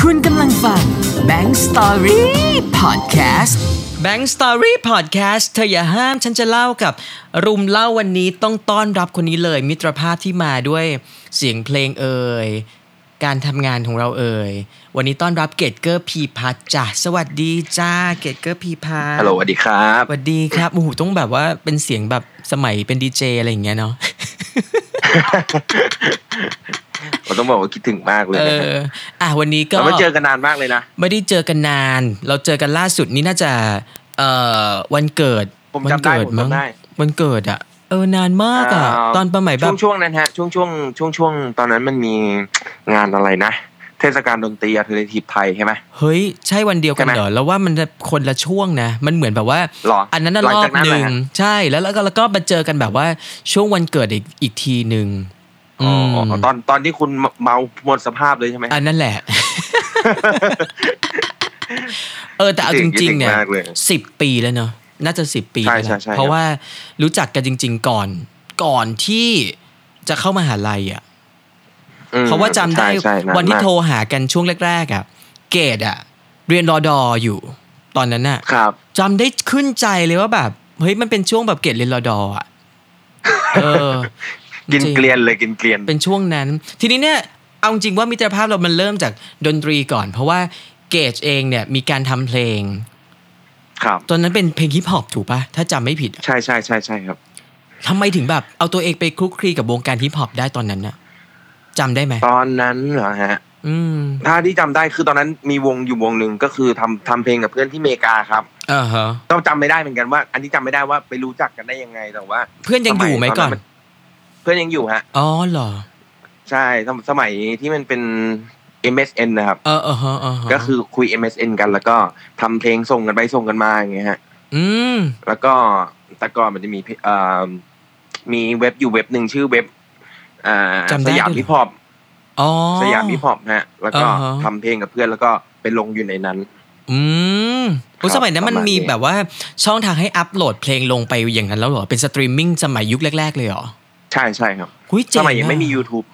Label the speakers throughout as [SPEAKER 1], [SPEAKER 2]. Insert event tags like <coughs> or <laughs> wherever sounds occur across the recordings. [SPEAKER 1] คุณกำลังฟัง Bank Story Podcast
[SPEAKER 2] Bank Story Podcast เธออย่าห้ามฉันจะเล่ากับรุมเล่าวันนี้ต้องต้อนรับคนนี้เลย มิตรภาพที่มาด้วยเสียงเพลงเอ่ยการทำงานของเราเอ่ยวันนี้ต้อนรับเกตเกอร์พีพัทจ้ะสวัสดีจ้าเกตเกอร์พีพัท
[SPEAKER 3] ฮัลโหลสวัสดีครับ
[SPEAKER 2] สวัสดีครับโอ้โหต้องแบบว่าเป็นเสียงแบบสมัยเป็นดีเจอะไรอย่างเงี้ย
[SPEAKER 3] <laughs>
[SPEAKER 2] เนาะ
[SPEAKER 3] ผมต้องบอกว่าคิดถึงมากเลย
[SPEAKER 2] เอ
[SPEAKER 3] นะค
[SPEAKER 2] อ
[SPEAKER 3] รับ
[SPEAKER 2] อ่ะวันนี้ก็
[SPEAKER 3] เราไม่เจอกันนานมากเลยนะ
[SPEAKER 2] ไม่ได้เจอกันนาน เราเจอกันล่าสุดนี่น่าจะ เอ่อวันเกิด
[SPEAKER 3] ผม
[SPEAKER 2] วั
[SPEAKER 3] จำได้
[SPEAKER 2] เกิด
[SPEAKER 3] ผมจำ
[SPEAKER 2] มั้ง
[SPEAKER 3] ได้
[SPEAKER 2] วันเกิดอ่ะ เออนานมากอ่ะ
[SPEAKER 3] เ
[SPEAKER 2] ตอนประหมัยแบ
[SPEAKER 3] ช่
[SPEAKER 2] บ
[SPEAKER 3] วงช่วงนั้นฮะ ช่วงช่วงช่วงช่วงตอนนั้นมันมีงานอะไรนะ เทศกาลดนตรีอัลเทอร์เนทีฟไทยใช่ไหม
[SPEAKER 2] เฮ้ย ใช่วันเดียวกัน
[SPEAKER 3] ใช่ไหม
[SPEAKER 2] เหรอแล้วว่ามันจะคนละช่วงนะ มันเหมือนแบบว่า
[SPEAKER 3] หรอ
[SPEAKER 2] อันนั้นน่ะ
[SPEAKER 3] หลั
[SPEAKER 2] รง อ
[SPEAKER 3] จา
[SPEAKER 2] บ
[SPEAKER 3] กนั้น
[SPEAKER 2] หนึ่ง
[SPEAKER 3] เหรอฮะ
[SPEAKER 2] ใช่แล้วแล้วก็แล้วก็มาเจอกันแบบว่าช่วงวันเกิดอีกอีกทีหนึ่ง
[SPEAKER 3] อ๋ออ๋อ
[SPEAKER 2] ม
[SPEAKER 3] อ๋อตอนตอนที่คุณเมาหมดสภาพเลยใช่ไหม
[SPEAKER 2] อันนั้นแหละ
[SPEAKER 3] <laughs>
[SPEAKER 2] เออแต่เอาจริง ๆ เนี่ย
[SPEAKER 3] คิดถึมากเลย
[SPEAKER 2] สิบปีแล้วเนอะน่าจะสิบปี
[SPEAKER 3] ใช่
[SPEAKER 2] แล้ว
[SPEAKER 3] ใช่
[SPEAKER 2] นะ
[SPEAKER 3] ใช่ครับ
[SPEAKER 2] เพราะว่ารู้จักกันจริง ๆ ก่อนก่อนที่จะเข้ามหาลัยอ่ะ
[SPEAKER 3] อืม
[SPEAKER 2] เพราะว่าจำได้
[SPEAKER 3] ใช่ใช่า
[SPEAKER 2] วันที่
[SPEAKER 3] มาก
[SPEAKER 2] โทรหากันช่วงแรกๆอ่ะเกดอ่ะ เรียนรอดออยู่ ตอนนั้นน่ะ
[SPEAKER 3] ครับ
[SPEAKER 2] จำได้ขึ้นใจเลยว่าแบบเฮ้ยมันเป็นช่วงแบบเกดเรียนรอดออ่ะเออ
[SPEAKER 3] กิน
[SPEAKER 2] จริง
[SPEAKER 3] เกลียนเลยกินเกลียน
[SPEAKER 2] เป็นช่วงนั้น ทีนี้เนี่ยเอาจริงว่ามิตรภาพเรามันเริ่มจากดนตรีก่อน เพราะว่าเกดเองเนี่ยมีการทำเพลง
[SPEAKER 3] ครับ
[SPEAKER 2] ตอนนั้นเป็นเพลงฮิปฮอปถูกปะถ้าจำไม่ผิดอะ
[SPEAKER 3] ใช่ใช่ใช่ใช่ครับ
[SPEAKER 2] ทำไมถึงแบบเอาตัวเองไปคลุกคลีกับวงการฮิปฮอปได้ตอนนั้นน่ะจำได้ไหม
[SPEAKER 3] ตอนนั้นเหรอฮะ
[SPEAKER 2] อืม
[SPEAKER 3] ถ้าที่จำได้คือตอนนั้นมีวงอยู่วงหนึ่งก็คือทำทำเพลงกับเพื่อนที่อเมริกาครับ
[SPEAKER 2] อ่าฮะ
[SPEAKER 3] ต้องจำไม่ได้เหมือนกันว่า อันนี้จำไม่ได้ว่าไปรู้จักกันได้ยังไงแต่ว่า
[SPEAKER 2] เพื่อนยังอยู่ไหมก่อน
[SPEAKER 3] สยตเพื่อนยังอยู่ฮะ
[SPEAKER 2] อ๋อเหรอ
[SPEAKER 3] ใช่สมสมัยที่มันเป็น MSN นะครับ
[SPEAKER 2] เออเออฮะเออฮะ
[SPEAKER 3] ก็คือคุย MSN กันแล้วก็ทำเพลงส่งกันไปส่งกันมาอย่างเงี้ยฮะ
[SPEAKER 2] อืม
[SPEAKER 3] แล้วก็แต่ก่อนมันจะมีเพเอ่อมีเว็บอยู่เว็บหนึ่งชื่อเว็บอ่าสยามฮิปฮอป
[SPEAKER 2] อ๋อ
[SPEAKER 3] สยามฮิปฮอปฮะ แล้วก็
[SPEAKER 2] อ่าฮะ
[SPEAKER 3] ทำเพลงกับเพื่อนแล้วก็ไปลงอยู่ในนั้น
[SPEAKER 2] อืมโอ้
[SPEAKER 3] ครับ
[SPEAKER 2] สมัยนั้นมัน
[SPEAKER 3] ประมาณนี้
[SPEAKER 2] มีแบบว่าช่องทางให้อัปโหลดเพลงลงไปอย่างนั้นแล้วเหรอ เป็นสตรีมมิ่งสมัยยุคแรก ๆ เลยเหรอ
[SPEAKER 3] ใช่ใช่ครับ
[SPEAKER 2] หุ้ยเจ๋
[SPEAKER 3] ส
[SPEAKER 2] ง
[SPEAKER 3] มัยยังไม่มี
[SPEAKER 2] อะ
[SPEAKER 3] YouTube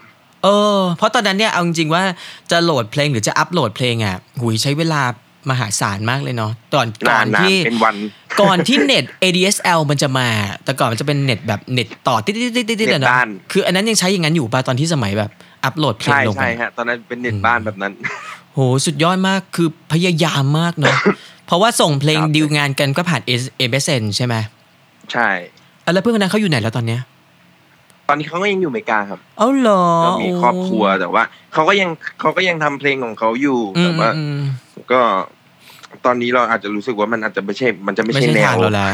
[SPEAKER 2] เออเพราะตอนนั้นเนี่ยเอาจริงๆว่าจะโหลดเพลงหรือจะอัปโหลดเพลงอ่ะหุยใช้เวลามหาศาลมากเลยเนาะตอนก่
[SPEAKER 3] นา
[SPEAKER 2] อน น
[SPEAKER 3] นาน
[SPEAKER 2] ที่
[SPEAKER 3] เป็นวัน
[SPEAKER 2] ก่อนที่เน็ต ADSL มันจะมา แต่ก่อนมันจะเป็นเน็ตแบบเน็ตต่อติดติดติดติดติด
[SPEAKER 3] เน็ต
[SPEAKER 2] เนาะ
[SPEAKER 3] บ้าน
[SPEAKER 2] คืออันนั้นยังใช้อย่างนั้นอยู่ป่ะตอนที่สมัยแบบอัปโหลดเพลง
[SPEAKER 3] ใช่
[SPEAKER 2] ลงไป
[SPEAKER 3] ใช่ฮะ ตอนนั้นเป็นเน็ตบ้านแบบนั้น <laughs>
[SPEAKER 2] โหสุดยอดมากคือพยายามมากเนาะ เพราะว่าส่งเพลง
[SPEAKER 3] ครับ
[SPEAKER 2] ดีลงานกันก็ผ่าน MSN ใช่ไหม
[SPEAKER 3] ใช่
[SPEAKER 2] อ่ะแล้วเพื่อนคนนั้นเขาอยู่ไหนแล้วตอนเนี้ย
[SPEAKER 3] ตอนนี้เขาก็ยังอยู่อเมริกาครับ
[SPEAKER 2] เอ้าเหรอ
[SPEAKER 3] ก็มีครอบครัวแต่ว่าเขาก็ยังเขาก็ยังทำเพลงของเขาอยู่
[SPEAKER 2] อื
[SPEAKER 3] แต่
[SPEAKER 2] ม
[SPEAKER 3] ว่า
[SPEAKER 2] อืม
[SPEAKER 3] ก็ ตอนนี้เราอาจจะรู้สึกว่ามันอาจจะไม่ใช่ มันจะ
[SPEAKER 2] อืม
[SPEAKER 3] ไม่
[SPEAKER 2] ไม่
[SPEAKER 3] ใช่
[SPEAKER 2] ใช่
[SPEAKER 3] แน
[SPEAKER 2] ทาว งเราแล้ว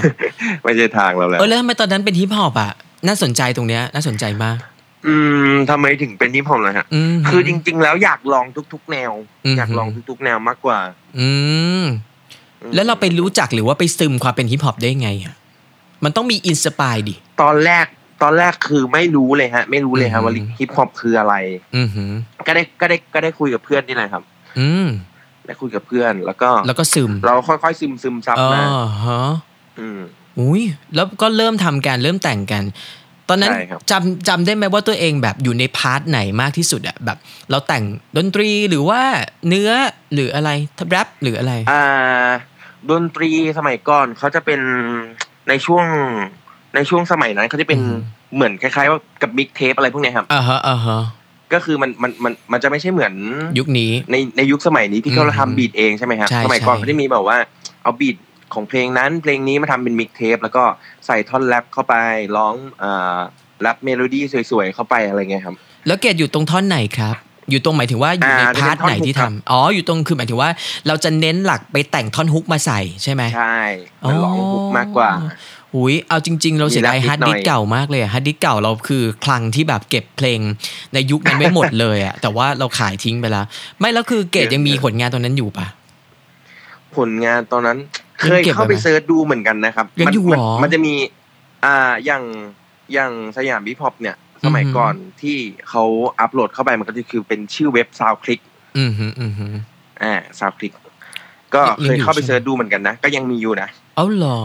[SPEAKER 3] ไม่ใช่ทางเราแล้ว
[SPEAKER 2] เออแล้วทำไมตอนนั้นเป็นฮิปฮอปอ่ะน่าสนใจตรงเนี้ยน่าสนใจมาก
[SPEAKER 3] อืมทำไมถึงเป็นฮิปฮอปเลยฮะ
[SPEAKER 2] อืม
[SPEAKER 3] คือจริง ๆ แล้วอยากลองทุก ๆ แนว
[SPEAKER 2] อืม
[SPEAKER 3] อยากลองทุก ๆ แนวมากกว่า
[SPEAKER 2] อืม
[SPEAKER 3] อืม
[SPEAKER 2] แล้วเราไปรู้จักหรือว่าไปซึมความเป็นฮิปฮอปได้ไงอ่ะ มันต้องมีอินสปายดิ
[SPEAKER 3] ตอนแรกตอนแรกคือไม่รู้เลยฮะ ไม่รู้เลยฮะ
[SPEAKER 2] อืม
[SPEAKER 3] ว่าฮิปฮอปคืออะไร
[SPEAKER 2] อือหือ
[SPEAKER 3] ก็ได้ก็ได้ก็ได้คุยกับเพื่อนนี่แหละครับ
[SPEAKER 2] อืม
[SPEAKER 3] ได้คุยกับเพื่อน แล้วก็
[SPEAKER 2] แล้วก็ซึม
[SPEAKER 3] เราค่อยๆซึมซึมซับ
[SPEAKER 2] อ๋อ
[SPEAKER 3] มา
[SPEAKER 2] ฮะ
[SPEAKER 3] อืม
[SPEAKER 2] อุ้ย แล้วก็เริ่มทำการเริ่มแต่งกัน ตอนนั้น
[SPEAKER 3] ใช่ครับ
[SPEAKER 2] จำจำได้ไหมว่าตัวเองแบบอยู่ในพาร์ทไหนมากที่สุดอะแบบ เราแต่งดนตรีหรือว่าเนื้อหรืออะไรแรปหรืออะไร
[SPEAKER 3] อ่าดนตรีสมัยก่อนเขาจะเป็นในช่วงในช่วงสมัยนั้นเขาจะเป็น
[SPEAKER 2] อืม
[SPEAKER 3] เหมือนคล้ายๆว่ากับมิกเทปอะไรพวกเนี้ยครับ
[SPEAKER 2] อ่าฮะอ่าฮะ
[SPEAKER 3] ก็คือมันมันมันมันจะไม่ใช่เหมือน
[SPEAKER 2] ยุคนี้
[SPEAKER 3] ในในยุคสมัยนี้ที่เขา
[SPEAKER 2] อืม
[SPEAKER 3] ทำบีทเองใช่ไหมครับ
[SPEAKER 2] ใช่
[SPEAKER 3] สมัยก่อน
[SPEAKER 2] ใช่
[SPEAKER 3] เขาจะมีแบบว่าเอาบีทของเพลงนั้น เพลงนี้มาทำเป็นมิกเทปแล้วก็ใส่ท่อนแรปเข้าไปร้องอ่าแรปเมโลดี้สวยๆเข้าไปอะไรเงี้ยครับ
[SPEAKER 2] แล้วเกดอยู่ตรงท่อนไหนครับ อยู่ตรงหมายถึงว่าอยู่ใน
[SPEAKER 3] อ่า
[SPEAKER 2] พาร์ทไหนที่ทำ
[SPEAKER 3] จะเป็นท่อนฮุกครับ
[SPEAKER 2] อ๋อ อยู่ตรงคือหมายถึงว่า เราจะเน้นหลักไปแต่งท่อนฮุกมาใส่ใช่ไหม
[SPEAKER 3] ใช่มันร้องฮุกมากกว่า
[SPEAKER 2] หุยเอาจริง ๆ เราเสียดาย
[SPEAKER 3] มีแรปนิด
[SPEAKER 2] ฮาร์ดดิส
[SPEAKER 3] หน่อย
[SPEAKER 2] เก่ามากเลยอะฮาร์ดดิสเก่าเราคือคลังที่แบบเก็บเพลงในยุคนั้นไม่หมดเลยอะ <laughs> แต่ว่าเราขายทิ้งไปแล้ว ไม่แล้วคือเกรดยังมีผลงานตอนนั้นอยู่ปะ
[SPEAKER 3] ผลงานตอนนั้น เค
[SPEAKER 2] ยัง
[SPEAKER 3] ย
[SPEAKER 2] เก็บ
[SPEAKER 3] เข้า
[SPEAKER 2] ไว้
[SPEAKER 3] ไป
[SPEAKER 2] ไหม
[SPEAKER 3] เซิร์ชดูเหมือนกันนะครับ
[SPEAKER 2] ยัง
[SPEAKER 3] มั
[SPEAKER 2] อยู่
[SPEAKER 3] มั
[SPEAKER 2] หรอ
[SPEAKER 3] มันจะมี อ่าอย่างอย่างสยามบิพอปเนี่ย สมัย
[SPEAKER 2] อือหือ
[SPEAKER 3] ก่อนที่เขาอัปโหลดเข้าไปมันก็จะคือเป็นชื่อเว็บซาวคลิก
[SPEAKER 2] อืมฮึอืมฮึ
[SPEAKER 3] อ่าซาวคลิกก็
[SPEAKER 2] ยั
[SPEAKER 3] เค
[SPEAKER 2] งอ
[SPEAKER 3] ย
[SPEAKER 2] ยู่
[SPEAKER 3] เข้าไป
[SPEAKER 2] ใช่ไหม
[SPEAKER 3] เซิร์ชดูเหมือนกันนะ ก็ยังมีอยู่นะ
[SPEAKER 2] เอาเหรอ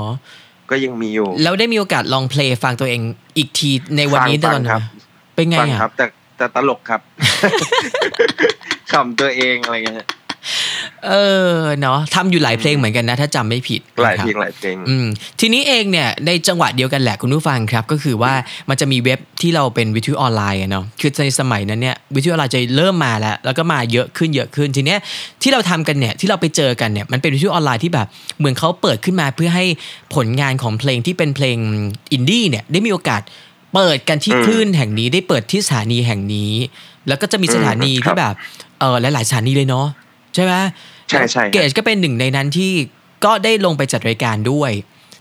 [SPEAKER 3] ก็ยังมีอยู่
[SPEAKER 2] แล้วได้มีโอกาสลองเพลงฟังตัวเองอีกทีในวันนี้ต
[SPEAKER 3] ฟั
[SPEAKER 2] อน
[SPEAKER 3] ง
[SPEAKER 2] นั้
[SPEAKER 3] ครับ
[SPEAKER 2] นเป็นไง
[SPEAKER 3] ฟัง
[SPEAKER 2] อะ <laughs>
[SPEAKER 3] ครับ แต่แต่ตลกครับ ขำตัวเองอะไรเงี้ย
[SPEAKER 2] เออเนาะทำอยู่หลายเพลงเหมือนกันนะ ถ้าจำไม่ผิด
[SPEAKER 3] หลาย
[SPEAKER 2] นะค
[SPEAKER 3] เพ
[SPEAKER 2] รับ
[SPEAKER 3] ลงหลายเพลง
[SPEAKER 2] อืมทีนี้เองเนี่ยในจังหวะเดียวกันแหละคุณผู้ฟังครับ ก็คือว่ามันจะมีเว็บที่เราเป็นวิทยุออนไลน์อะเนาะคือในสมัยนั้นเนี่ยวิทยุออนไลน์จะเริ่มมาแล้ว แล้วก็มาเยอะขึ้นเยอะขึ้นทีเนี้ยที่เราทำกันเนี่ยที่เราไปเจอกันเนี่ยมันเป็นวิทยุออนไลน์ที่แบบเหมือนเขาเปิดขึ้นมาเพื่อให้ผลงานของเพลงที่เป็นเพลงอินดี้เนี่ยได้มีโอกาสเปิดกันที่
[SPEAKER 3] อืม
[SPEAKER 2] คลื่นแห่งนี้ได้เปิดที่สถานีแห่งนี้ แล้วก็จะมีสถานี
[SPEAKER 3] อืมครับ
[SPEAKER 2] ที่แบบเออหลายๆสถานีเลยเนาะใช่ไหม
[SPEAKER 3] ใช่ใช่ครับ
[SPEAKER 2] เกรดก็เป็นหนึ่งในนั้นที่ก็ได้ลงไปจัดรายการด้วย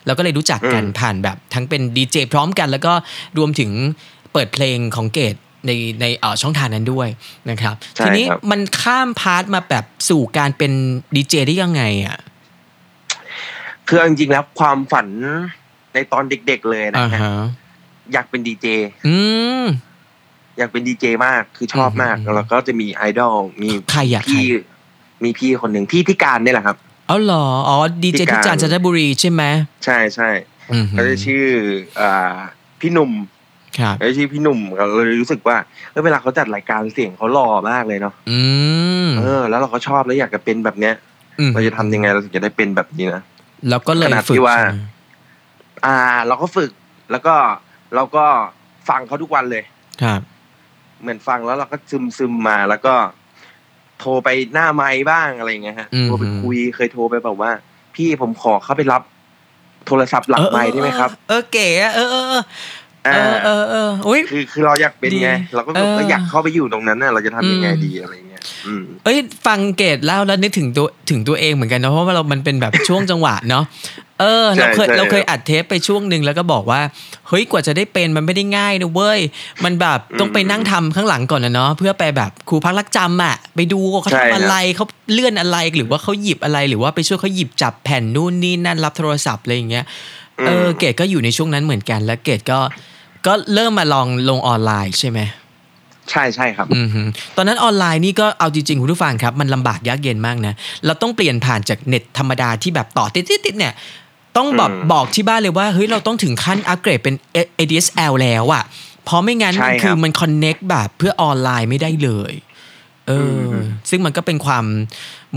[SPEAKER 2] แล้วก็เลยรู้จักกัน
[SPEAKER 3] อืม
[SPEAKER 2] ผ่านแบบทั้งเป็นดีเจพร้อมกัน แล้วก็รวมถึงเปิดเพลงของเกตในในเอ่อช่องทางนั้นด้วยนะครับ
[SPEAKER 3] ใช่
[SPEAKER 2] ทีนี้
[SPEAKER 3] ครับ
[SPEAKER 2] มันข้ามพาร์ทมาแบบสู่การเป็นดีเจได้ยังไงอ่ะ
[SPEAKER 3] คือเอาจริงๆแล้วความฝันในตอนเด็กๆเลยนะ
[SPEAKER 2] อ่า
[SPEAKER 3] ฮะ
[SPEAKER 2] ฮะ
[SPEAKER 3] อยากเป็นดีเจ
[SPEAKER 2] อืม
[SPEAKER 3] อยากเป็นดีเจมากคือชอบมาก
[SPEAKER 2] อืม
[SPEAKER 3] แล้วก็จะมีไอดอลมี
[SPEAKER 2] ใครอยากใคร
[SPEAKER 3] พี่มีพี่คนหนึ่งพี่ที่การเนี่ยแหละครับ
[SPEAKER 2] เอาเหรออ๋อดีเจ
[SPEAKER 3] ที่
[SPEAKER 2] ที่
[SPEAKER 3] การ
[SPEAKER 2] จันจันทบุรีใช่ไหม
[SPEAKER 3] ใช่ใช่
[SPEAKER 2] อืม
[SPEAKER 3] เขาจะชื่ออ่าพี่หนุ่ม
[SPEAKER 2] ครับ
[SPEAKER 3] เขาจะชื่อพี่หนุ่มเราเลยรู้สึกว่าเออเวลาเขาจัดรายการเสียงเขาหล่อมากเลยเนาะ
[SPEAKER 2] อืม
[SPEAKER 3] เออแล้วเราก็ชอบแล้วอยากจะเป็นแบบเนี้ย
[SPEAKER 2] ม
[SPEAKER 3] เราจะทำยังไงเราถึงจะได้เป็นแบบนี้นะ
[SPEAKER 2] แล้วก็เลย
[SPEAKER 3] ขนาด
[SPEAKER 2] ฝึ
[SPEAKER 3] ที่
[SPEAKER 2] ก
[SPEAKER 3] ว่า
[SPEAKER 2] ใช่ไหม
[SPEAKER 3] อ่า เราก็ฝึกแล้วก็เราก็ฟังเขาทุกวันเลย
[SPEAKER 2] ครับ
[SPEAKER 3] เหมือนฟังแล้วเราก็ซึมซึมมาแล้วก็โทรไปหน้าไม้บ้างอะไรอย่างเงี้ยฮะ
[SPEAKER 2] อืม
[SPEAKER 3] โทรไปคุยเคยโทรไปแบบว่า พี่ผมขอเข้าไปรับ โทรศัพท์หลังไม้ได้ไหมครับ
[SPEAKER 2] เออเก๋อะเออเออเออ
[SPEAKER 3] อ่า
[SPEAKER 2] เออเออเออโอ้ย
[SPEAKER 3] คือคือเราอยากเป็นไง
[SPEAKER 2] ดี
[SPEAKER 3] เราก็แบบ
[SPEAKER 2] เออ
[SPEAKER 3] เราอยากเข้าไปอยู่ตรงนั้นน่ะเราจะทำยังไง
[SPEAKER 2] อืม
[SPEAKER 3] ดีอะไรเงี้ยอืม
[SPEAKER 2] เอ้ยฟังเกดเล่าแล้วนึกถึงตัวถึงตัวเองเหมือนกันนะเพราะว่าเรามันเป็นแบบ <laughs> ช่วงจังหวะเนาะเออเราเคย
[SPEAKER 3] ใช่ใช่
[SPEAKER 2] เราเคยอัดเทปไปช่วงหนึ่งแล้วก็บอกว่าเฮ้ยกว่าจะได้เป็นมันไม่ได้ง่ายนะเว้ยมันแบบต้องไปนั่งทำข้างหลังก่อนนะเนาะเพื่อไปแบบครูพักรักจำอ่ะไปดูว่าเขาทำอะไรเขาเลื่อนอะไรหรือว่าเขาหยิบอะไรหรือว่าไปช่วยเขาหยิบจับแผ่นนู่นนี่นั่นรับโทรศัพท์อะไรอย่างเงี้ย เออเกดก็อยู่ในช่วงนั้นเหมือนกันแล้วเกดก็ก็เริ่มมาลองลงออนไลน์ใช่ไหม
[SPEAKER 3] ใช่ใช่ครับ
[SPEAKER 2] อืมฮึตอนนั้นออนไลน์นี่ก็เอาจริงๆคุณผู้ฟังครับ มันลำบากยากเย็นมากนะ เราต้องเปลี่ยนผ่านจากเน็ตธรรมดาที่แบบต่อติดๆๆเนี่ย ต้องแบบ
[SPEAKER 3] อืม
[SPEAKER 2] บอกที่บ้านเลยว่าเฮ้ยเราต้องถึงขั้นอัปเกรดเป็น ADSL แล้วอะเพราะไม่งั้น
[SPEAKER 3] ใช่
[SPEAKER 2] มัน
[SPEAKER 3] ครั
[SPEAKER 2] คือบ มันคอนเน็กแบบเพื่อออนไลน์ไม่ได้เลยเอออ
[SPEAKER 3] ม
[SPEAKER 2] ซึ่งมันก็เป็นความ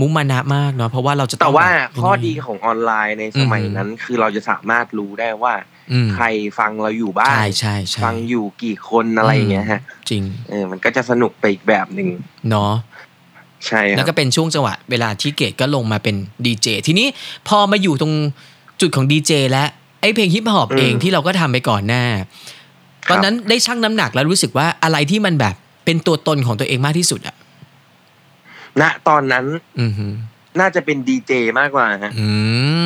[SPEAKER 2] มุมานะมากเนาะเพราะว่าเราจะ
[SPEAKER 3] แต่
[SPEAKER 2] อง
[SPEAKER 3] ว่า
[SPEAKER 2] แบบ
[SPEAKER 3] ข้อดีของออนไลน์ในสมัย
[SPEAKER 2] อืม
[SPEAKER 3] นั้น คือเราจะสามารถรู้ได้ว่า
[SPEAKER 2] อืม
[SPEAKER 3] ใครฟังเราอยู่บ้าง
[SPEAKER 2] ใช่ใช่ใช่
[SPEAKER 3] ฟังอยู่กี่คนอะไรอย่างเงี้ยฮะ
[SPEAKER 2] จริง
[SPEAKER 3] เออมันก็จะสนุกไปอีกแบบหนึ่ง
[SPEAKER 2] เนาะ
[SPEAKER 3] ใช่ค
[SPEAKER 2] แล้
[SPEAKER 3] รั
[SPEAKER 2] ว
[SPEAKER 3] บ
[SPEAKER 2] ก็เป็นช่วงจังหวะเวลาที่เกดก็ลงมาเป็นดีเจทีนี้พอมาอยู่ตรงจุดของดีเจแล้วไอ้เพลงฮิปฮอป
[SPEAKER 3] อืม
[SPEAKER 2] เองที่เราก็ทำไปก่อนหน้า
[SPEAKER 3] ครับ
[SPEAKER 2] ตอนนั้นได้ชั่งน้ำหนักแล้วรู้สึกว่าอะไรที่มันแบบเป็นตัวตนของตัวเองมากที่สุดอ่ะ
[SPEAKER 3] ณตอนนั้น
[SPEAKER 2] อือหือ
[SPEAKER 3] น่าจะเป็นดีเจมากกว่าฮะ
[SPEAKER 2] อื